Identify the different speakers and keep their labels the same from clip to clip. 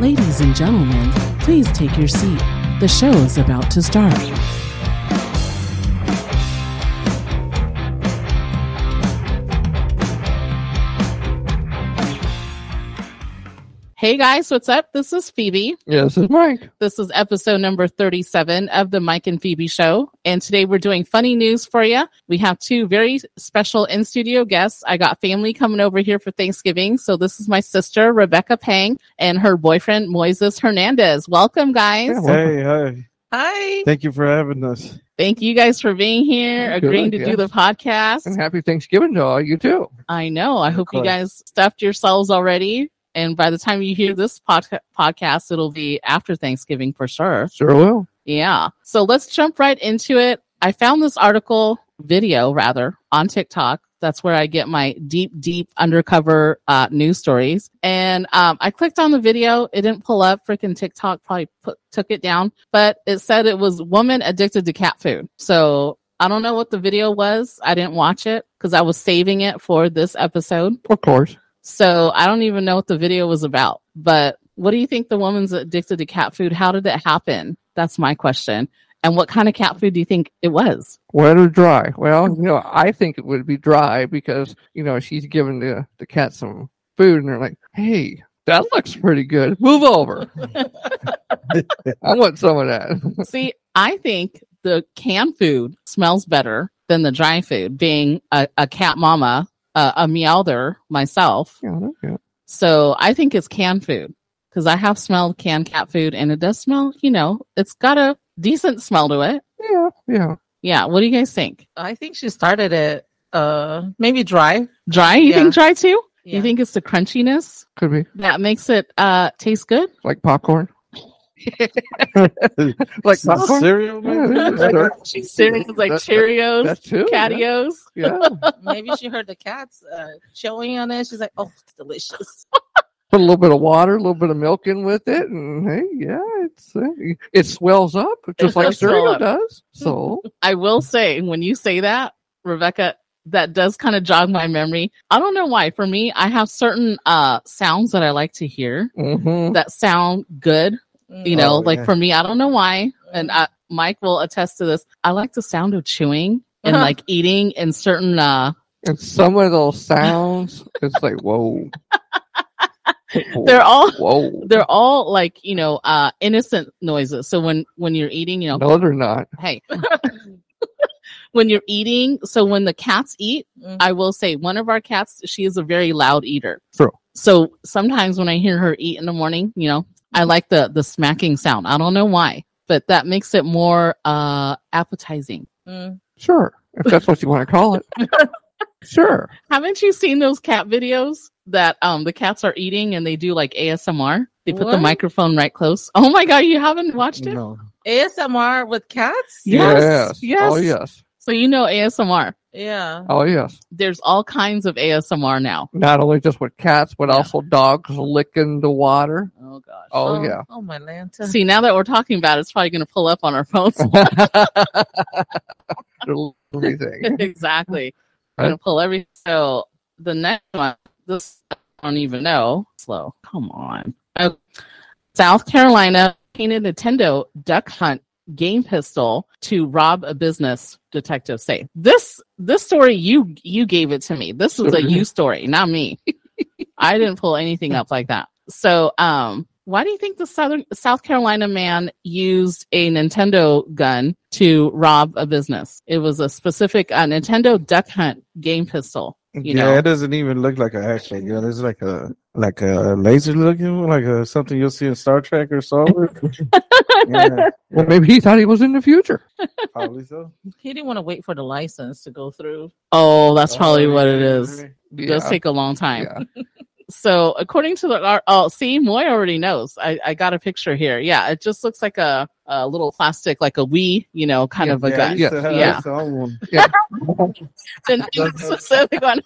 Speaker 1: Ladies and gentlemen, please take your seat. The show is about to start. Hey guys, what's up? This is Phoebe.
Speaker 2: Yeah, this is Mike.
Speaker 1: This is episode number 37 of the Mike and Phoebe Show. And today we're doing funny news for you. We have two very special in studio guests. I got family coming over here for Thanksgiving. So this is my sister, Rebecca Pang, and her boyfriend, Moises Hernandez. Welcome, guys.
Speaker 2: Yeah, welcome.
Speaker 3: Hey, hey.
Speaker 4: Hi.
Speaker 3: Thank you for having us.
Speaker 1: Thank you guys for being here,
Speaker 2: Good,
Speaker 1: agreeing to
Speaker 2: yeah.
Speaker 1: do the podcast.
Speaker 2: And happy Thanksgiving to all you too.
Speaker 1: I know. I hope you
Speaker 3: course.
Speaker 1: guys stuffed yourselves already. And by the time you hear this podca- podcast, it'll be after Thanksgiving for sure.
Speaker 2: Sure will.
Speaker 1: Yeah. So let's jump right into it. I found this article, video rather, on TikTok. That's where I get my deep, deep undercover uh, news stories. And um, I clicked on the video. It didn't pull up. Freaking TikTok probably put, took it down. But it said it was woman addicted to cat food. So I don't know what the video was. I didn't watch it because I was saving it for this episode.
Speaker 2: Of course.
Speaker 1: So I don't even know what the video was about. But what do you think the woman's addicted to cat food? How did it happen? That's my question. And what kind of cat food do you think it was?
Speaker 2: Wet or dry? Well, you know, I think it would be dry because, you know, she's giving the, the cat some food and they're like, Hey, that looks pretty good. Move over. I want some of that.
Speaker 1: See, I think the canned food smells better than the dry food, being a, a cat mama, a, a meowther myself.
Speaker 2: Yeah, that's good.
Speaker 1: So I think it's canned food because I have smelled canned cat food and it does smell, you know, it's got a decent smell to it.
Speaker 2: yeah, yeah.
Speaker 1: Yeah. What do you guys think?
Speaker 4: I think she started it uh maybe dry.
Speaker 1: Dry? You
Speaker 4: Yeah.
Speaker 1: think dry too?
Speaker 4: Yeah.
Speaker 1: You think it's the crunchiness?
Speaker 2: Could be
Speaker 1: that makes it uh taste good.
Speaker 2: like popcorn. like
Speaker 3: Some
Speaker 2: popcorn.
Speaker 3: cereal,
Speaker 2: Yeah,
Speaker 3: maybe?
Speaker 2: that's good.
Speaker 1: She's serious like
Speaker 2: That- that-
Speaker 1: Cheerios,
Speaker 2: That too. Yeah.
Speaker 1: Catios.
Speaker 2: yeah.
Speaker 4: maybe she heard the cats uh chewing on it. She's like, "Oh, it's delicious."
Speaker 2: put a little bit of water, a little bit of milk in with it, and hey, yeah, it's uh, it swells up just like
Speaker 1: does swell
Speaker 2: cereal
Speaker 1: up. Mm-hmm.
Speaker 2: does. So
Speaker 1: I will say when you say that, Rebecca, that does kind of jog my memory. I don't know why. For me, I have certain uh sounds that I like to hear
Speaker 2: mhm.
Speaker 1: that sound good. You know,
Speaker 3: Oh,
Speaker 1: like
Speaker 3: yeah.
Speaker 1: for me, I don't know why. And I, Mike will attest to this. I like the sound of chewing and
Speaker 4: Uh-huh.
Speaker 1: like eating and certain uh
Speaker 2: and some of those sounds, it's like whoa, whoa
Speaker 1: they're all
Speaker 2: whoa.
Speaker 1: they're all like, you know, uh innocent noises. So when when you're eating, you know,
Speaker 2: no, they're not.
Speaker 1: hey when you're eating so when the cats eat i will say one of our cats she is a very loud eater
Speaker 2: True.
Speaker 1: so sometimes when i hear her eat in the morning you know i like the the smacking sound i don't know why but that makes it more uh appetizing
Speaker 4: Mm.
Speaker 2: Sure, if that's what you want to call it. sure.
Speaker 1: haven't you seen those cat videos that um the cats are eating and they do like asmr they put the
Speaker 4: What?
Speaker 1: microphone right close oh my god you haven't watched it
Speaker 3: No.
Speaker 4: ASMR with cats?
Speaker 1: Yes,
Speaker 2: yes.
Speaker 1: yes.
Speaker 2: Oh yes.
Speaker 1: so you know asmr
Speaker 4: Yeah.
Speaker 2: Oh yes.
Speaker 1: there's all kinds of asmr now
Speaker 2: Not only just with cats, but
Speaker 1: Yeah.
Speaker 2: also dogs licking the water.
Speaker 1: oh gosh
Speaker 2: Oh, yeah.
Speaker 4: Oh my lanta.
Speaker 1: See, now that we're talking about it, it's probably going to pull up on our phones.
Speaker 2: Everything.
Speaker 1: exactly.
Speaker 2: Right.
Speaker 1: Going to pull every. So the next one, this I don't even know. Slow. Come on. Oh, South Carolina painted Nintendo Duck Hunt game pistol to rob a business. Detectives say this. This story you you gave it to me. This was a you story, not me. I didn't pull anything up like that. So, um, why do you think the Southern South Carolina man used a Nintendo gun to rob a business? It was a specific uh, Nintendo Duck Hunt game pistol. You
Speaker 3: yeah,
Speaker 1: know,
Speaker 3: it doesn't even look like an actual gun. It's like a like a laser looking, like a something you'll see in Star Trek or Star Wars. yeah,
Speaker 2: well, maybe he thought he was in the future.
Speaker 3: probably so.
Speaker 4: He didn't want to wait for the license to go through.
Speaker 1: oh, that's probably what it is. It does
Speaker 2: Yeah.
Speaker 1: take a long time.
Speaker 2: Yeah.
Speaker 1: So, according to the our- oh, see, Moy already knows. I, I got a picture here. Yeah, it just looks like a, a little plastic, like a Wii, you know, kind of a
Speaker 3: yeah, I
Speaker 1: gun.
Speaker 3: used
Speaker 2: Yes,
Speaker 3: to have- I
Speaker 1: yeah.
Speaker 3: used to own one.
Speaker 1: Didn't think of the specific one.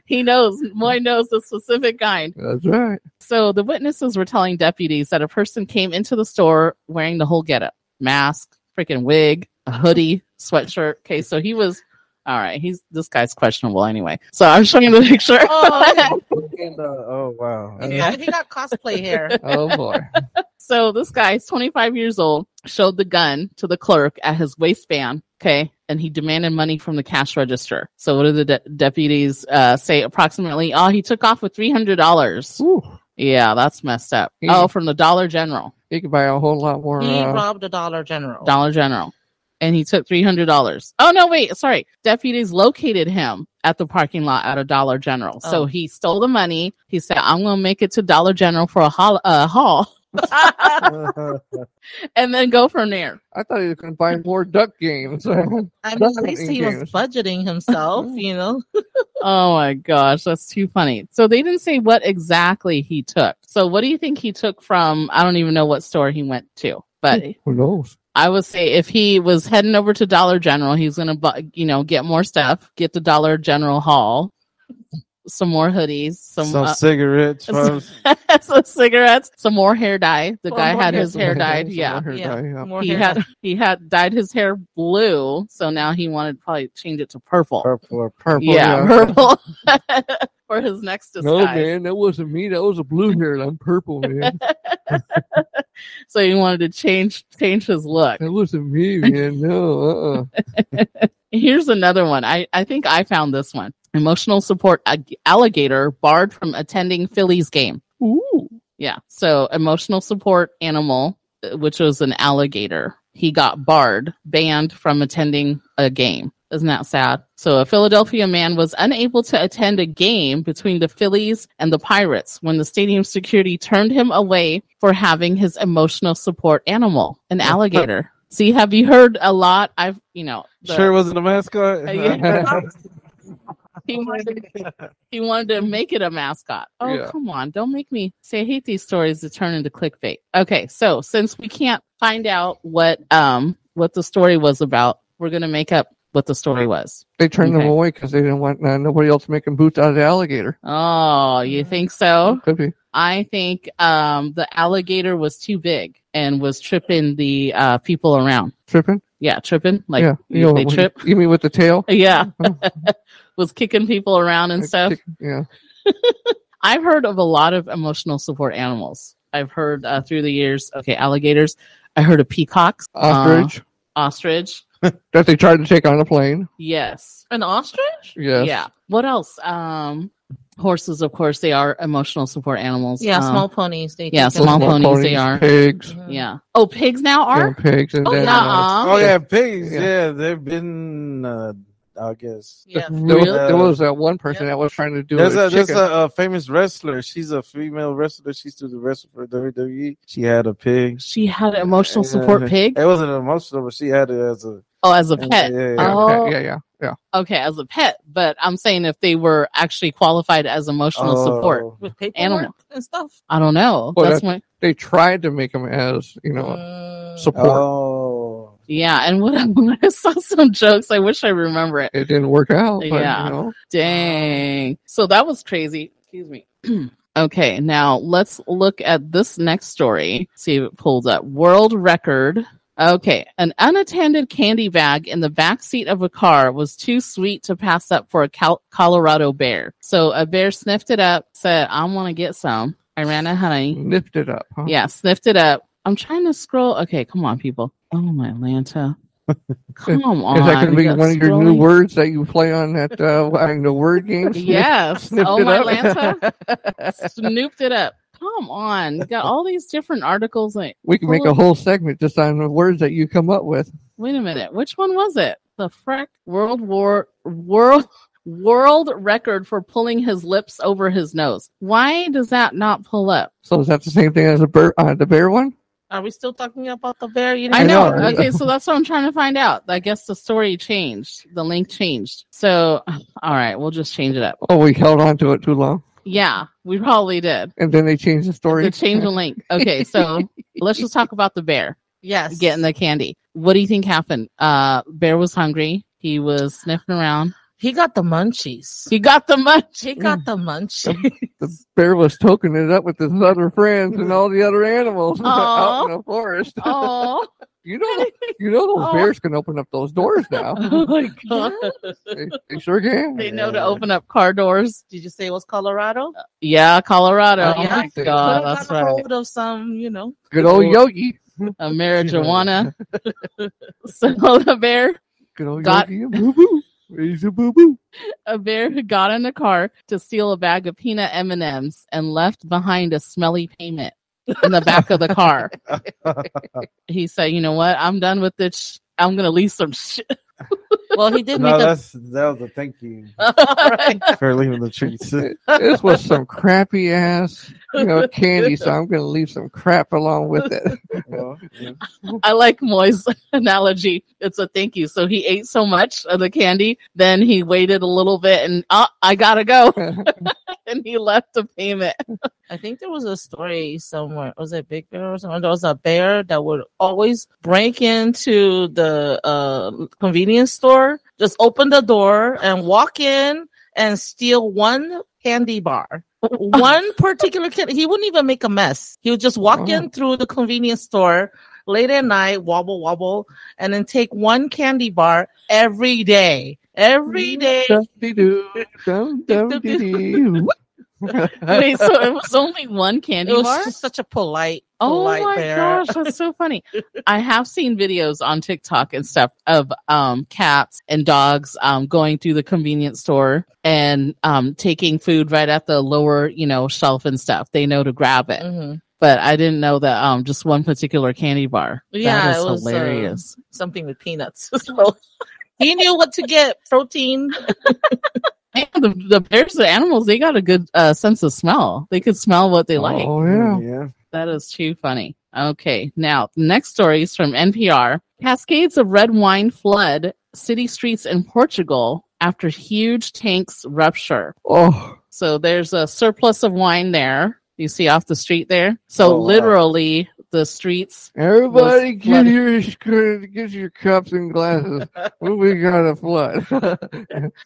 Speaker 1: he knows. Moy knows the specific kind.
Speaker 2: That's right.
Speaker 1: So the witnesses were telling deputies that a person came into the store wearing the whole getup mask, freaking wig, a hoodie, sweatshirt. Okay, so he was All right, he's this guy's questionable anyway. So I'm showing the picture.
Speaker 4: Oh,
Speaker 3: And, uh, oh wow.
Speaker 4: he got, he got cosplay hair.
Speaker 2: Oh boy.
Speaker 1: So this guy is 25 years old, showed the gun to the clerk at his waistband. Okay. And he demanded money from the cash register. So what did the de- deputies uh, say approximately? Oh, he took off with $300.
Speaker 2: Ooh,
Speaker 1: Yeah, that's messed up.
Speaker 2: He-
Speaker 1: Oh, from the Dollar General.
Speaker 2: he could buy a whole lot more.
Speaker 4: He
Speaker 2: Uh,
Speaker 4: robbed a Dollar General.
Speaker 1: Dollar General. And he took $300. Oh, no, wait. Sorry. Deputies located him at the parking lot at a Dollar General.
Speaker 4: Oh.
Speaker 1: So he stole the money. He said, I'm going to make it to Dollar General for a haul, uh, haul and then go from there.
Speaker 2: I thought he was going to buy more duck games.
Speaker 4: I mean,
Speaker 2: Dollar
Speaker 4: at least he was
Speaker 2: General.
Speaker 4: budgeting himself, you know.
Speaker 1: Oh my gosh, that's too funny. So they didn't say what exactly he took. So what do you think he took from? I don't even know what store he went to, but
Speaker 2: Who knows?
Speaker 1: I would say if he was heading over to Dollar General, he's gonna, bu- you know, get more stuff, get the Dollar General haul, some more hoodies, some
Speaker 3: Some
Speaker 1: uh,
Speaker 3: cigarettes. From,
Speaker 1: some cigarettes, some more hair dye. The
Speaker 4: Well,
Speaker 1: guy
Speaker 4: more
Speaker 1: had
Speaker 4: hair
Speaker 1: his hair dyed. Yeah,
Speaker 2: Hair
Speaker 4: Yeah.
Speaker 2: dye, yeah.
Speaker 4: More
Speaker 1: he
Speaker 4: hair.
Speaker 1: had he had dyed his hair blue, so now he wanted to probably change it to purple.
Speaker 3: purple or purple.
Speaker 1: yeah, purple for his next
Speaker 2: No,
Speaker 1: disguise.
Speaker 2: man, that wasn't me. That was a blue hair. I'm purple, man.
Speaker 1: so he wanted to change change his look.
Speaker 2: That wasn't me, man. No, uh-uh.
Speaker 1: Here's another one. I, I think I found this one. Emotional support ag- alligator barred from attending Phillies game.
Speaker 2: Ooh.
Speaker 1: Yeah. So emotional support animal, uh, which was an alligator, he got barred, banned from attending a game. Isn't that sad? So a Philadelphia man was unable to attend a game between the Phillies and the Pirates when the stadium security turned him away for having his emotional support animal, an alligator. See, have you heard a lot? I've, you know, the-
Speaker 3: Sure wasn't a mascot.
Speaker 1: Uh, yeah. he,
Speaker 2: Oh
Speaker 1: wanted, he wanted to make it a mascot. Oh,
Speaker 2: Yeah.
Speaker 1: come on. Don't make me say I hate these stories to turn into clickbait. Okay, so since we can't find out what um what the story was about, we're gonna make up what the story was.
Speaker 2: They turned
Speaker 1: Okay.
Speaker 2: them away because they didn't want uh, nobody else making boots out of the alligator.
Speaker 1: Oh, you
Speaker 2: Mm-hmm.
Speaker 1: think so?
Speaker 2: Could be.
Speaker 1: I think um the alligator was too big and was tripping the uh people around.
Speaker 2: Tripping?
Speaker 1: Yeah, tripping. Like
Speaker 2: yeah.
Speaker 1: they
Speaker 2: know, when-
Speaker 1: trip.
Speaker 2: You mean with the tail?
Speaker 1: Yeah.
Speaker 2: Oh.
Speaker 1: was kicking people around and
Speaker 2: Like,
Speaker 1: stuff.
Speaker 2: tick- Yeah.
Speaker 1: I've heard of a lot of emotional support animals. I've heard uh, through the years, okay, alligators. I heard of peacocks, uh,
Speaker 2: Ostrich
Speaker 1: ostrich.
Speaker 2: that they tried to take on a plane.
Speaker 1: Yes,
Speaker 4: An ostrich?
Speaker 2: Yes.
Speaker 1: yeah. What else? Um, horses, of course, they are emotional support animals.
Speaker 4: Yeah,
Speaker 1: Um,
Speaker 4: small ponies. They
Speaker 1: yeah,
Speaker 4: think
Speaker 1: small
Speaker 4: it's-
Speaker 1: ponies, they are.
Speaker 2: Pigs.
Speaker 4: Mhm.
Speaker 1: Yeah. Oh, pigs now
Speaker 2: Yeah,
Speaker 1: are.
Speaker 2: pigs. And
Speaker 4: Oh,
Speaker 2: then, uh,
Speaker 1: Nuh-uh.
Speaker 3: Oh yeah, pigs.
Speaker 2: Yeah.
Speaker 3: Yeah, they've been. Uh, I guess
Speaker 4: Yeah.
Speaker 2: There, was,
Speaker 1: Really?
Speaker 2: there was that one person
Speaker 4: Yeah.
Speaker 2: that was trying to do
Speaker 3: there's
Speaker 2: a,
Speaker 3: a there's
Speaker 2: chicken.
Speaker 3: a, uh famous wrestler. She's a female wrestler. She used to do wrestle for WWE. She had a pig.
Speaker 1: She had an emotional
Speaker 3: Yeah.
Speaker 1: support pig.
Speaker 3: It wasn't emotional, but she had it as a
Speaker 1: Oh, as a
Speaker 3: as-
Speaker 1: pet.
Speaker 3: Yeah,
Speaker 2: yeah,
Speaker 3: yeah.
Speaker 1: Oh.
Speaker 2: yeah, yeah, yeah.
Speaker 1: Okay, as a pet. But I'm saying if they were actually qualified as emotional support,
Speaker 3: Oh.
Speaker 4: With paperwork
Speaker 1: Animal.
Speaker 4: and stuff.
Speaker 1: I don't know.
Speaker 2: Well,
Speaker 1: that's my
Speaker 2: They tried to make them as you know
Speaker 4: Mm.
Speaker 2: support.
Speaker 3: Oh.
Speaker 1: yeah. And what I saw some jokes. I wish I remember it.
Speaker 2: It didn't work out. But,
Speaker 1: Yeah.
Speaker 2: You know,
Speaker 1: Dang. So that was crazy. Excuse me. okay, now let's look at this next story. See if it pulls up. World record. Okay, an unattended candy bag in the back seat of a car was too sweet to pass up for a Cal- Colorado bear. So a bear sniffed it up, said, "I want to get some." I ran a honey.
Speaker 2: nipped it up. Huh?
Speaker 1: Yeah, sniffed it up. I'm trying to scroll. Okay, come on, people. Oh my Atlanta. Come on.
Speaker 2: Is that going to
Speaker 1: we
Speaker 2: be
Speaker 1: got
Speaker 2: one of your new
Speaker 1: scrolling.
Speaker 2: words that you play on that uh, I know word games?
Speaker 1: Yes.
Speaker 2: Sniffed
Speaker 1: oh
Speaker 2: it
Speaker 1: my
Speaker 2: up.
Speaker 1: Atlanta. snooped it up. Come on, you got all these different articles. In.
Speaker 2: we can make a
Speaker 1: Holy-
Speaker 2: whole segment just on the words that you come up with.
Speaker 1: Wait a minute, which one was it? The freck world war world world record for pulling his lips over his nose. Why does that not pull up?
Speaker 2: So is that the same thing as the bear, uh, the bear one?
Speaker 4: Are we still talking about the bear? You
Speaker 1: I know.
Speaker 2: know, right?
Speaker 1: Okay, so that's what I'm trying to find out. I guess the story changed. The link changed. So, all right, we'll just change it up.
Speaker 2: Oh, we held on to it too long,
Speaker 1: Yeah, we probably did.
Speaker 2: and then they changed the story.
Speaker 1: The change the link. Okay, so let's just talk about the bear.
Speaker 4: Yes.
Speaker 1: getting the candy. What do you think happened? Uh, Bear was hungry. He was sniffing around.
Speaker 4: He got the munchies.
Speaker 1: He got the money.
Speaker 4: He got the munchies.
Speaker 2: the bear was toking it up with his other friends and all the other animals
Speaker 1: Aw.
Speaker 2: out in the forest.
Speaker 1: Oh,
Speaker 2: You know, you know, those
Speaker 1: Oh.
Speaker 2: bears can open up those doors now.
Speaker 1: Oh my god.
Speaker 2: They, they sure can.
Speaker 1: They know to open up car doors.
Speaker 4: Did you say it was Colorado?
Speaker 1: Yeah, Colorado.
Speaker 2: Oh,
Speaker 1: Oh, my
Speaker 2: yeah.
Speaker 1: god,
Speaker 4: Well, I
Speaker 1: that's
Speaker 4: got a
Speaker 1: right.
Speaker 4: Hold of some, you know.
Speaker 2: Good old Yogi.
Speaker 1: A marijuana. so the bear
Speaker 2: Good old
Speaker 1: Got-
Speaker 2: Yogi. Boo boo. He's a boo boo.
Speaker 1: a bear who got in the car to steal a bag of peanut M&Ms and left behind a smelly payment in the back of the car. he said, "You know what? I'm done with this. Sh- I'm gonna leave some shit."
Speaker 4: Well, he did
Speaker 3: No,
Speaker 4: make
Speaker 3: that's that was a thank you for leaving the treats.
Speaker 2: This was some crappy ass, you know, candy. So I'm gonna leave some crap along with it.
Speaker 3: Well,
Speaker 1: I like Moy's analogy. It's a thank you. So he ate so much of the candy, then he waited a little bit, and oh, I gotta go, and he left a payment.
Speaker 4: I think there was a story somewhere. Was it Big Bear or something? There was a bear that would always break into the uh, convenience store, just open the door and walk in and steal one candy bar. One particular candy. He wouldn't even make a mess. He would just walk
Speaker 1: Oh.
Speaker 4: in through the convenience store late at night, wobble, wobble, and then take one candy bar every day. Every
Speaker 1: Mm.
Speaker 4: day.
Speaker 2: Dum-dee-doo, dum-dum-dee-doo.
Speaker 1: Wait, so it was only one candy
Speaker 4: It was
Speaker 1: bar.
Speaker 4: just such a polite,
Speaker 1: Oh
Speaker 4: polite
Speaker 1: my
Speaker 4: bear.
Speaker 1: gosh, that's so funny. I have seen videos on TikTok and stuff of um, cats and dogs um, going through the convenience store and um, taking food right at the lower, you know, shelf and stuff. They know to grab it,
Speaker 4: Mhm.
Speaker 1: but I didn't know that um, just one particular candy bar.
Speaker 4: Yeah,
Speaker 1: that is
Speaker 4: it was, uh,
Speaker 1: hilarious.
Speaker 4: something with peanuts. so he knew what to get protein.
Speaker 1: And the, the bears, the animals, they got a good uh, sense of smell. They could smell what they like.
Speaker 2: Oh
Speaker 3: Mm,
Speaker 2: yeah.
Speaker 1: That is too funny. Okay, now next story is from NPR. Cascades of red wine flood city streets in Portugal after huge tanks rupture.
Speaker 2: Oh.
Speaker 1: So there's a surplus of wine there. You see off the street there. So
Speaker 3: Oh, wow.
Speaker 1: literally the streets.
Speaker 2: Everybody, get
Speaker 1: flooded.
Speaker 2: your sc- get your cups and glasses. we- we got a flood.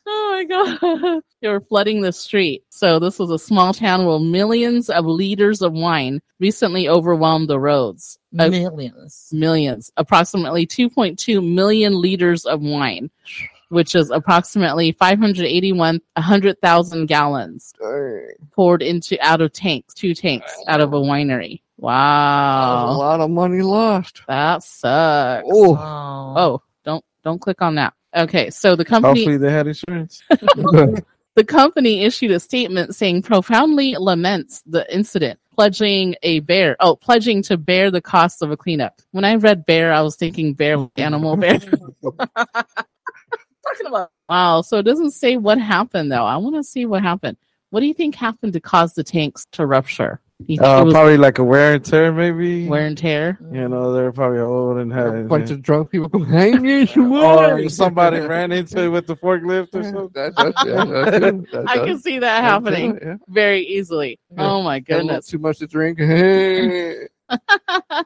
Speaker 1: Oh my god, they were flooding the street. So this was a small town where millions of liters of wine recently overwhelmed the roads. Uh,
Speaker 4: Millions.
Speaker 1: millions, approximately 2.2 million liters of wine, which is approximately 581 100,000 gallons
Speaker 2: Dang,
Speaker 1: poured into out of tanks, two tanks out of a winery.
Speaker 2: a
Speaker 1: Wow,
Speaker 2: lot of money lost.
Speaker 1: that sucks.
Speaker 2: Oh,
Speaker 4: Oh.
Speaker 1: Oh, don't don't click on that. Okay, so the company
Speaker 3: Hopefully they had insurance.
Speaker 1: The company issued a statement saying profoundly laments the incident, pledging a bear. Oh, pledging to bear the cost of a cleanup. When I read bear, I was thinking bear, like animal bear.
Speaker 4: Talking about
Speaker 1: Wow. So it doesn't say what happened though. I want to see what happened. What do you think happened to cause the tanks to rupture? You think
Speaker 3: Uh,
Speaker 1: it was
Speaker 3: probably like a wear and tear, maybe.
Speaker 1: wear and tear?
Speaker 3: you know, they're probably old and had
Speaker 2: a bunch of drunk people go, hang your
Speaker 3: or
Speaker 2: swag."
Speaker 3: somebody ran into it with the forklift or
Speaker 2: That's,
Speaker 3: something.
Speaker 2: that's, that's,
Speaker 1: I can see that happening very easily.
Speaker 2: Yeah.
Speaker 1: Oh my goodness.
Speaker 2: Too much to drink. Hey.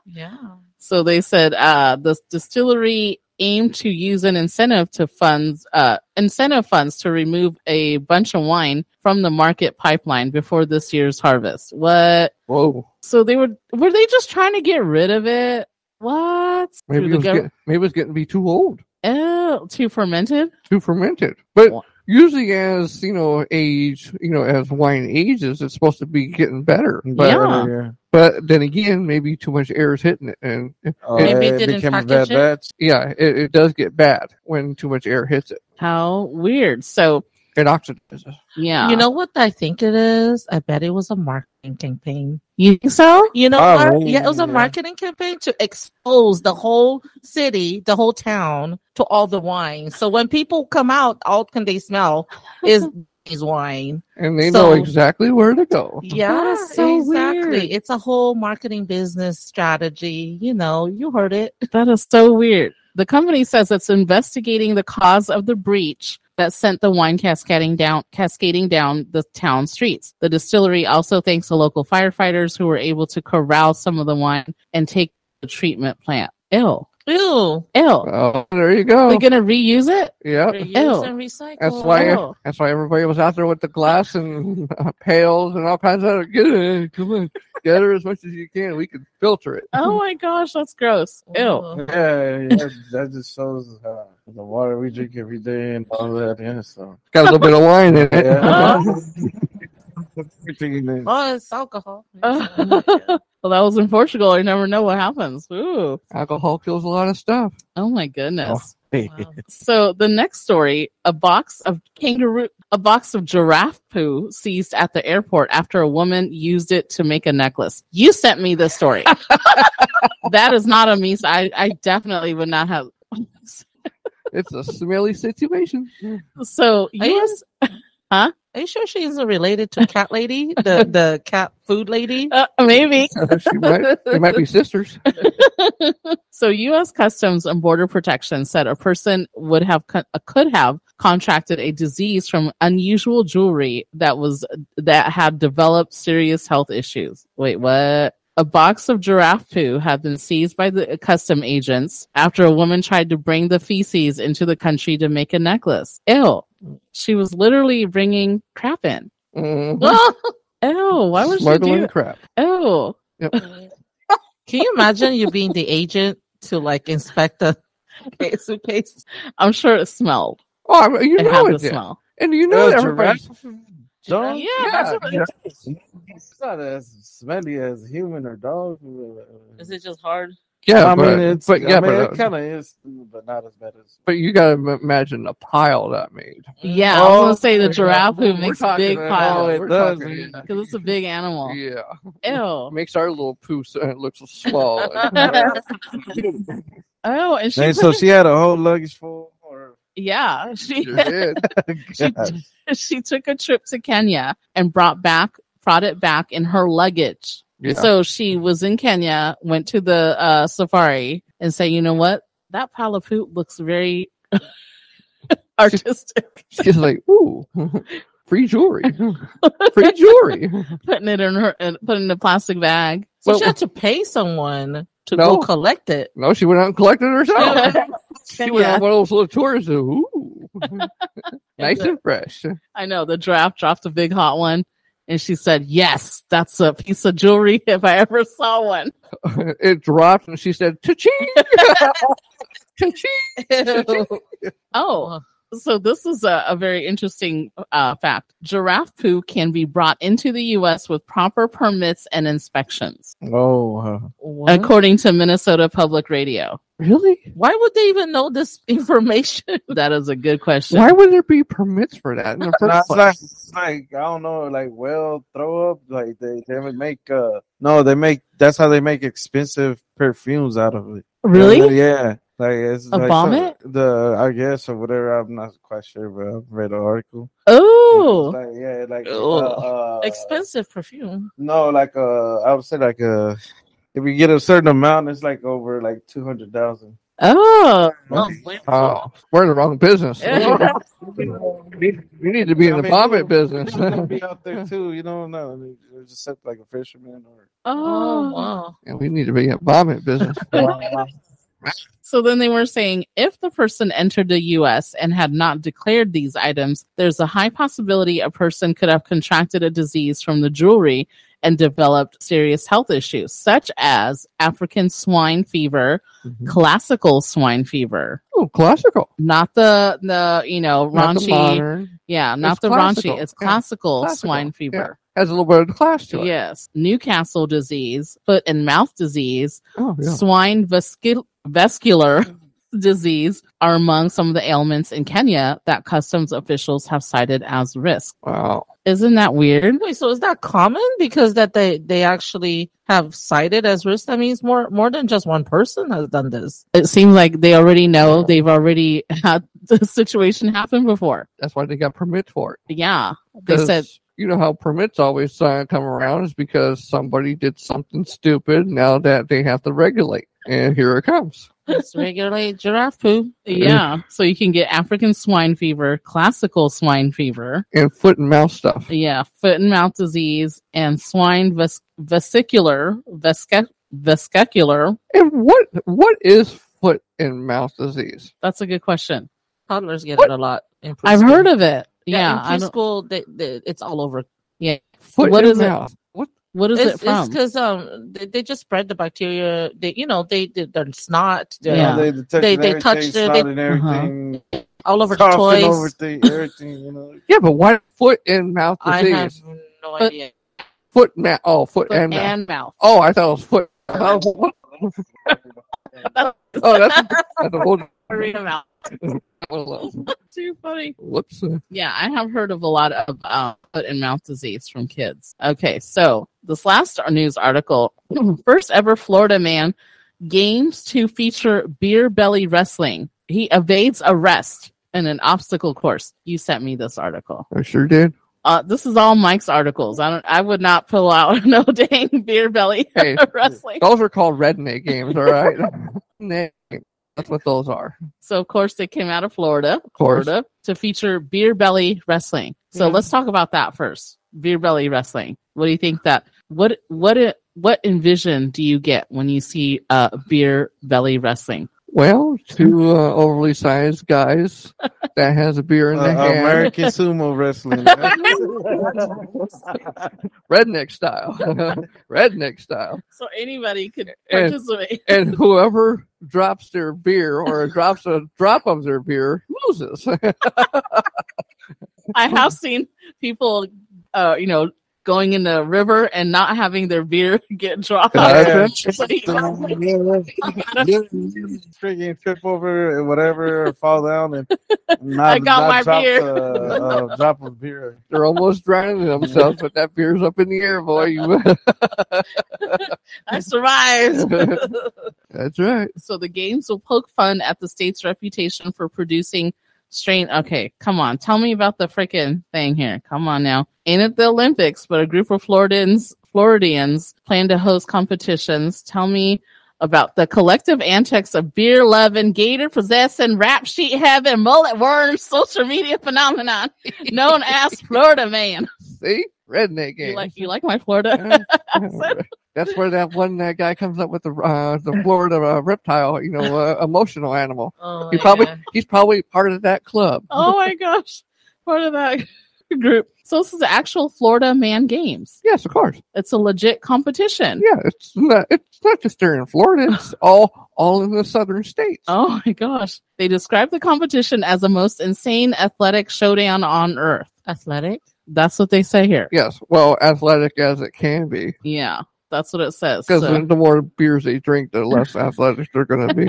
Speaker 4: yeah.
Speaker 1: So they said uh, the distillery aimed to use an incentive to funds uh, incentive funds to remove a bunch of wine from the market pipeline before this year's harvest. What?
Speaker 2: Whoa.
Speaker 1: So they were were they just trying to get rid of it? What? Through
Speaker 2: Maybe it,
Speaker 1: the
Speaker 2: was
Speaker 1: gov-
Speaker 2: get, maybe it's getting to be too old,
Speaker 1: Oh, too fermented.
Speaker 2: too fermented. But
Speaker 1: Wha-
Speaker 2: usually, as you know, age, you know, as wine ages, it's supposed to be getting better. But
Speaker 1: Yeah.
Speaker 3: uh,
Speaker 2: But then again, maybe too much air is hitting it, and
Speaker 3: Oh,
Speaker 4: Maybe it
Speaker 3: it,
Speaker 4: didn't
Speaker 3: became a
Speaker 4: package
Speaker 3: bad
Speaker 4: it?
Speaker 3: batch.
Speaker 2: yeah, it, it does get bad when too much air hits it.
Speaker 1: How weird. So
Speaker 2: It oxidizes.
Speaker 1: yeah,
Speaker 4: You know what I think it is? I bet it was a marketing campaign.
Speaker 1: you think so?
Speaker 4: You know
Speaker 3: Oh,
Speaker 4: what?
Speaker 3: really?
Speaker 4: Yeah, it was
Speaker 3: Yeah.
Speaker 4: a marketing campaign to expose the whole city, the whole town to all the wine. So when people come out, all can they smell is is wine.
Speaker 2: and they know
Speaker 4: So-
Speaker 2: exactly where to go.
Speaker 4: Yeah,
Speaker 1: is so
Speaker 4: exactly.
Speaker 1: weird.
Speaker 4: It's a whole marketing business strategy. You know, you heard it.
Speaker 1: That is so weird. The company says it's investigating the cause of the breach that sent the wine cascading down cascading down the town streets. The distillery also thanks the local firefighters who were able to corral some of the wine and take the treatment plant. Ew.
Speaker 4: Ew.
Speaker 1: Ew.
Speaker 2: Oh, there you
Speaker 1: Are
Speaker 2: go.
Speaker 1: we gonna reuse it?
Speaker 2: Yeah,
Speaker 4: Reuse
Speaker 1: Ew.
Speaker 4: and recycle.
Speaker 2: Uh, that's why.
Speaker 1: Oh.
Speaker 2: That's why everybody was out there with the glass and uh, pails and all kinds of other. Get it, come on, get her as much as you can. We can filter it.
Speaker 1: Oh my gosh, that's gross.
Speaker 2: Oh.
Speaker 1: Ew.
Speaker 4: Ew.
Speaker 3: Yeah, yeah, that just shows uh, the water we drink every day and all that. Yeah, so
Speaker 2: Got a little bit of wine in it.
Speaker 3: yeah.
Speaker 4: Oh.
Speaker 3: Everything in
Speaker 4: Oh, it's alcohol.
Speaker 1: Oh. Well, that was in Portugal. I never know what happens. Ooh.
Speaker 2: Alcohol kills a lot of stuff.
Speaker 1: Oh my goodness.
Speaker 3: there.
Speaker 4: Wow.
Speaker 1: So the next story, a box of kangaroo, a box of giraffe poo seized at the airport after a woman used it to make a necklace. You sent me this story. that is not a me. I, I definitely would not have.
Speaker 2: It's a smelly situation.
Speaker 1: So
Speaker 4: Are you-
Speaker 1: U.S.
Speaker 4: Are you sure she isn't related to Cat Lady, the the cat food lady?
Speaker 1: Uh, maybe.
Speaker 2: She might, they might be sisters.
Speaker 1: So U.S. Customs and Border Protection said a person would have con- uh, could have contracted a disease from unusual jewelry that was that had developed serious health issues. Wait, what? A box of giraffe poo had been seized by the custom agents after a woman tried to bring the feces into the country to make a necklace. Ew. She was literally bringing crap in.
Speaker 2: Mm.
Speaker 1: Ew. Why would she
Speaker 2: Smuggling
Speaker 1: do?
Speaker 2: crap.
Speaker 1: Ew.
Speaker 4: Can you imagine you being the agent to like inspect the case- suitcase?
Speaker 1: I'm sure it smelled.
Speaker 2: Oh, I mean, you
Speaker 1: it
Speaker 2: know
Speaker 1: had the
Speaker 2: it did.
Speaker 1: smell.
Speaker 2: And you know
Speaker 3: Uh,
Speaker 2: that everybody.
Speaker 3: giraffe dung?
Speaker 1: Yeah,
Speaker 2: Yeah.
Speaker 1: that's what it
Speaker 3: It's not as smelly as human or dog.
Speaker 4: Is it just hard?
Speaker 2: Yeah,
Speaker 3: I
Speaker 2: but,
Speaker 3: mean, it's
Speaker 2: but yeah,
Speaker 3: I mean,
Speaker 2: but,
Speaker 3: it
Speaker 2: uh,
Speaker 3: kind of is, but not as bad as.
Speaker 2: but you gotta m- imagine the pile that made.
Speaker 1: Yeah, I was gonna say the giraffe who
Speaker 2: Oh, We're
Speaker 1: makes
Speaker 2: talking
Speaker 1: big
Speaker 2: about-
Speaker 3: Oh,
Speaker 1: piles
Speaker 3: it
Speaker 2: we're
Speaker 3: does.
Speaker 2: talking-
Speaker 1: because it's a big animal.
Speaker 2: Yeah,
Speaker 1: Ew.
Speaker 2: makes our little poo so it looks small.
Speaker 1: Oh, and she,
Speaker 3: And
Speaker 1: put
Speaker 3: so
Speaker 1: it-
Speaker 3: she had a whole luggage full. Or
Speaker 1: yeah, she
Speaker 2: Sure did.
Speaker 1: She- she took a trip to Kenya and brought back brought it back in her luggage.
Speaker 2: Yeah.
Speaker 1: So she was in Kenya, went to the uh, safari, and say, you know what, that pile of poop looks very artistic.
Speaker 2: She's like, ooh, free jewelry, free jewelry.
Speaker 1: putting it in her, and putting it in a plastic bag.
Speaker 4: So
Speaker 2: Well-
Speaker 4: she had to pay someone to
Speaker 2: No.
Speaker 4: go collect it.
Speaker 2: No, she went out and collected it herself. She went
Speaker 1: Kenya.
Speaker 2: on one of those little tours. Of, ooh, nice and fresh.
Speaker 1: I know the giraffe dropped a big hot one, and she said, "Yes, that's a piece of jewelry if I ever saw one."
Speaker 2: It dropped, and she said, "Cha-ching, cha-ching."
Speaker 1: Oh, so this is a, a very interesting uh, fact: giraffe poo can be brought into the U.S. with proper permits and inspections,
Speaker 3: oh, huh.
Speaker 4: What?
Speaker 1: according to Minnesota Public Radio.
Speaker 2: Really?
Speaker 4: Why would they even know this information?
Speaker 1: That is a good question.
Speaker 2: Why would there be permits for that in the
Speaker 3: Nah,
Speaker 2: first
Speaker 3: it's like,
Speaker 2: place?
Speaker 3: it's like I don't know, like well throw up, like they they would make uh no, they make that's how they make expensive perfumes out of it.
Speaker 1: Really?
Speaker 3: Yeah. Like it's like some-
Speaker 1: vomit?
Speaker 3: the I guess or whatever. I'm not quite sure, but I've read an article.
Speaker 1: Oh,
Speaker 3: Like, yeah, like
Speaker 4: Ew.
Speaker 3: uh, uh,
Speaker 4: Expensive perfume.
Speaker 3: No, like uh, I would say like uh, if you get a certain amount, it's like over like two hundred thousand.
Speaker 1: oh,
Speaker 4: No,
Speaker 2: Oh, we're in the wrong business.
Speaker 1: Yeah.
Speaker 2: We need to be in
Speaker 3: I
Speaker 2: the
Speaker 3: mean,
Speaker 2: vomit
Speaker 3: I'll
Speaker 2: business.
Speaker 3: be out there too, you know. No, I mean, it's just set like a fisherman or
Speaker 4: oh,
Speaker 1: oh.
Speaker 4: wow.
Speaker 2: Yeah, we need to be in vomit business.
Speaker 1: So then they were saying if the person entered the US and had not declared these items, there's a high possibility a person could have contracted a disease from the jewelry and developed serious health issues, such as African swine fever,
Speaker 2: Mhm.
Speaker 1: classical swine fever.
Speaker 2: Oh, classical.
Speaker 1: Not the the you know
Speaker 2: Not the
Speaker 1: raunchy,
Speaker 2: modern.
Speaker 1: yeah, not
Speaker 2: It's
Speaker 1: the
Speaker 2: classical.
Speaker 1: raunchy. It's
Speaker 2: Yeah,
Speaker 1: classical,
Speaker 2: classical.
Speaker 1: swine fever.
Speaker 2: Has a little bit of class to it.
Speaker 1: Yes, Newcastle disease, foot and mouth disease,
Speaker 2: Oh, yeah.
Speaker 1: swine vascul- vascular disease are among some of the ailments in Kenya that customs officials have cited as risk.
Speaker 2: Wow.
Speaker 1: Isn't that weird?
Speaker 4: Wait, so is that common? Because that they they actually have cited as risk. That means more more than just one person has done this.
Speaker 1: It seems like they already know they've already had the situation happen before.
Speaker 2: That's why they got permits for it.
Speaker 1: Yeah. They said,
Speaker 2: 'Cause you know how permits always uh, come around is because somebody did something stupid. Now that they have to regulate, and here it comes.
Speaker 4: Let's regulate giraffe poo.
Speaker 1: yeah. So you can get African swine fever, classical swine fever,
Speaker 2: And foot and mouth stuff.
Speaker 1: yeah, foot and mouth disease, and swine vas- vesicular, vesca- vescular
Speaker 2: And what what is foot and mouth disease?
Speaker 1: That's a good question.
Speaker 4: Toddlers get
Speaker 1: What?
Speaker 4: it a lot. In
Speaker 1: I've heard of it. Yeah. I
Speaker 4: in
Speaker 1: don't-
Speaker 4: preschool, they, they, it's all over.
Speaker 2: Foot
Speaker 1: What
Speaker 2: and
Speaker 1: is it?
Speaker 2: mouth. What?
Speaker 1: what is
Speaker 4: it's
Speaker 1: it from?
Speaker 4: because um they, they just spread the bacteria. They you know they they- they're snot. They're
Speaker 1: Yeah.
Speaker 3: They, detected
Speaker 4: They- they
Speaker 3: everything,
Speaker 4: touched it,
Speaker 3: snotted
Speaker 4: they-
Speaker 3: everything,
Speaker 4: all over the
Speaker 3: coughing
Speaker 4: toys.
Speaker 3: over thing, everything. You know,
Speaker 2: Yeah, but why foot and mouth
Speaker 4: I
Speaker 2: disease?
Speaker 4: have no
Speaker 1: But-
Speaker 4: idea.
Speaker 2: Foot mouth. Oh, foot,
Speaker 1: Foot
Speaker 2: and mouth.
Speaker 1: and mouth.
Speaker 2: Oh, I thought it was foot. Oh, what? Oh, that's, that's a whole
Speaker 1: Arena mouth.
Speaker 2: one of those.
Speaker 1: Too funny.
Speaker 2: Whoops.
Speaker 1: Yeah, I have heard of a lot of uh, foot and mouth disease from kids. Okay, so this last news article first ever Florida man games to feature beer belly wrestling. He evades arrest in an obstacle course. You sent me this article.
Speaker 2: I sure did.
Speaker 1: Uh, this is all Mike's articles. I don't. I would not pull out no dang beer belly
Speaker 2: Hey,
Speaker 1: wrestling.
Speaker 2: those are called redneck games, all right? Redneck. That's what those are.
Speaker 1: So of course they came out of Florida,
Speaker 2: course.
Speaker 1: Florida, to feature beer belly wrestling. So
Speaker 2: Yeah.
Speaker 1: let's talk about that first. Beer belly wrestling. What do you think that? What what it- what envision do you get when you see uh, beer belly wrestling?
Speaker 2: Well, two uh, overly sized guys that has a beer in
Speaker 3: Uh,
Speaker 2: their hand,
Speaker 3: American sumo wrestling.
Speaker 2: redneck style, redneck style,
Speaker 1: So anybody could
Speaker 2: And-
Speaker 1: participate.
Speaker 2: and whoever drops their beer or drops a drop of their beer loses.
Speaker 1: I have seen people, uh, you know, going in the river and not having their beer get dropped.
Speaker 3: Yeah.
Speaker 1: Like,
Speaker 3: Freaking trip over and whatever, fall down and not,
Speaker 1: I got
Speaker 3: not
Speaker 1: my
Speaker 3: drop
Speaker 1: beer.
Speaker 3: A, a drop of beer.
Speaker 2: They're almost drowning themselves, but that beer's up in the air, boy. You-
Speaker 1: I survived.
Speaker 2: That's right.
Speaker 1: So the games will poke fun at the state's reputation for producing strain. Okay, come on. Tell me about the freaking thing here. Come on now. Ain't it the Olympics, but a group of Floridans, Floridians plan to host competitions. Tell me about the collective antics of beer loving, gator possessing, rap sheet having, mullet wearing social media phenomenon known as Florida man.
Speaker 2: See, redneck
Speaker 1: You
Speaker 2: games.
Speaker 1: like you like my Florida?
Speaker 2: That's where that one that guy comes up with the uh, the Florida uh, reptile, you know, uh, emotional animal.
Speaker 4: Oh,
Speaker 2: He
Speaker 4: my
Speaker 2: probably
Speaker 4: God.
Speaker 2: he's probably part of that club.
Speaker 1: oh my gosh. Part of that group. So this is the actual Florida man games.
Speaker 2: Yes, of course.
Speaker 1: It's a legit competition.
Speaker 2: Yeah, it's not it's not just there in Florida. It's all all in the southern states.
Speaker 1: Oh my gosh. They describe the competition as the most insane athletic showdown on earth.
Speaker 4: athletic.
Speaker 1: That's what they say here.
Speaker 2: Yes, well, athletic as it can be,
Speaker 1: Yeah. That's what it says.
Speaker 2: because
Speaker 1: So,
Speaker 2: the more beers they drink, the less athletic they're going to be.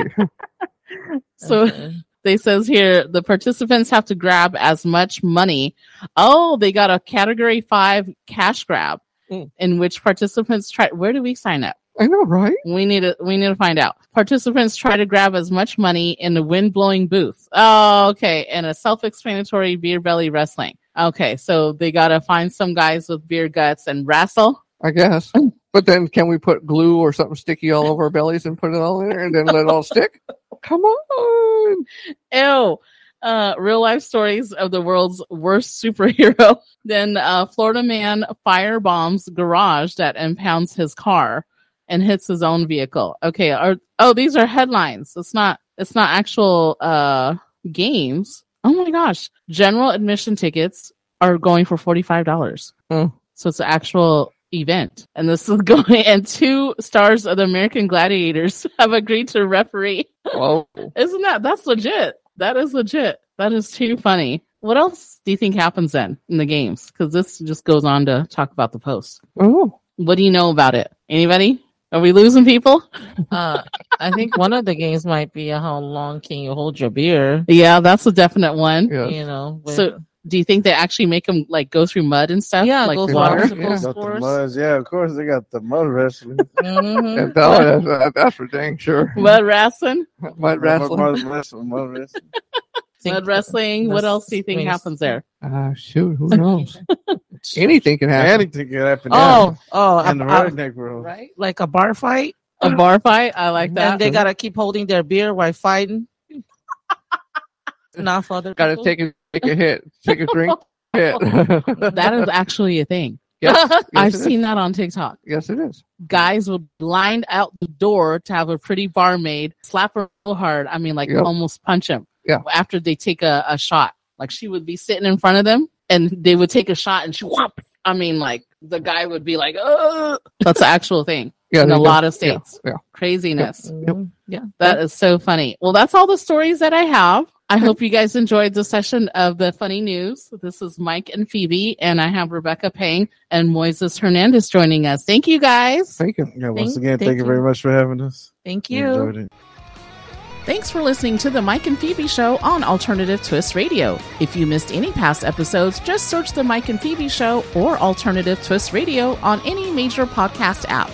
Speaker 1: so
Speaker 4: Okay.
Speaker 1: they says here the participants have to grab as much money. Oh, they got a category five cash grab
Speaker 2: Mm.
Speaker 1: in which participants try where do we sign up?
Speaker 2: I know, right?
Speaker 1: We need to we need to find out. Participants try to grab as much money in the wind blowing booth. Oh, okay. And a self explanatory beer belly wrestling. Okay, so they gotta find some guys with beer guts and wrestle.
Speaker 2: I guess. But then, can we put glue or something sticky all over our bellies and put it all in there and then let it all stick? Come on.
Speaker 1: Ew. Uh, real life stories of the world's worst superhero. then uh, Florida man firebombs garage that impounds his car and hits his own vehicle. Okay, are oh these are headlines. It's not it's not actual uh games. Oh my gosh. General admission tickets are going for forty five dollars.
Speaker 2: Hmm.
Speaker 1: So it's an actual event. And this is going and two stars of the American Gladiators have agreed to referee.
Speaker 2: Well,
Speaker 1: Isn't that that's legit? That is legit. That is too funny. What else do you think happens then in the games? Because this just goes on to talk about the post.
Speaker 2: oh,
Speaker 1: What do you know about it? Anybody? Are we losing people?
Speaker 4: Uh, I think one of the games might be uh, how long can you hold your beer?
Speaker 1: Yeah, that's a definite one.
Speaker 2: yeah.
Speaker 4: You know, with,
Speaker 1: So do you think they actually make them like go through mud and stuff?
Speaker 4: yeah,
Speaker 1: like
Speaker 4: those
Speaker 2: water?
Speaker 4: obstacle
Speaker 2: Yeah.
Speaker 3: Got the
Speaker 4: sports.
Speaker 3: muds. Yeah, of course they got the mud wrestling.
Speaker 4: Mhm.
Speaker 2: Yeah, no, that's, that's for dang sure.
Speaker 1: mud wrestling.
Speaker 2: Mud wrestling.
Speaker 3: Mud wrestling. Mud wrestling.
Speaker 4: Think-
Speaker 1: mud wrestling. What
Speaker 4: that's-
Speaker 1: else do you think
Speaker 4: means-
Speaker 1: happens there?
Speaker 2: Ah, shoot, who knows? Anything can happen.
Speaker 3: Anything can happen.
Speaker 4: Oh, oh,
Speaker 3: now in the
Speaker 4: uh, uh,
Speaker 3: redneck world.
Speaker 4: right, like a bar fight.
Speaker 1: A bar fight. I like
Speaker 4: And
Speaker 1: that.
Speaker 4: they gotta keep holding their beer while fighting. Not for other
Speaker 2: Got to
Speaker 4: people.
Speaker 2: take a take a hit, take a drink, hit.
Speaker 1: that is actually a thing.
Speaker 2: Yes, yes
Speaker 1: I've
Speaker 2: it is.
Speaker 1: seen that on TikTok.
Speaker 2: Yes, it is.
Speaker 1: Guys would blind out the door to have a pretty barmaid slap her so hard. I mean, like
Speaker 2: Yep.
Speaker 1: almost punch him.
Speaker 2: Yeah.
Speaker 1: After they take a, a shot, like she would be sitting in front of them, and they would take a shot, and she whop. I mean, like the guy would be like, "Oh, that's the actual thing."
Speaker 2: Yeah,
Speaker 1: in
Speaker 2: they
Speaker 1: a
Speaker 2: do.
Speaker 1: lot of states.
Speaker 2: yeah.
Speaker 1: Craziness.
Speaker 4: Mhm. Yeah.
Speaker 1: That is so funny. Well, that's all the stories that I have. I hope you guys enjoyed the session of the funny news. This is Mike and Phoebe, and I have Rebecca Pang and Moises Hernandez joining us. Thank you guys.
Speaker 2: Thank you.
Speaker 3: Yeah, once
Speaker 4: Thank-
Speaker 3: again, thank,
Speaker 4: thank
Speaker 3: you very
Speaker 4: you.
Speaker 3: much for having us.
Speaker 4: Thank
Speaker 3: We
Speaker 4: you.
Speaker 3: enjoyed it.
Speaker 1: Thanks for listening to the Mike and Phoebe Show on Alternative Twist Radio. If you missed any past episodes, just search the Mike and Phoebe Show or Alternative Twist Radio on any major podcast app.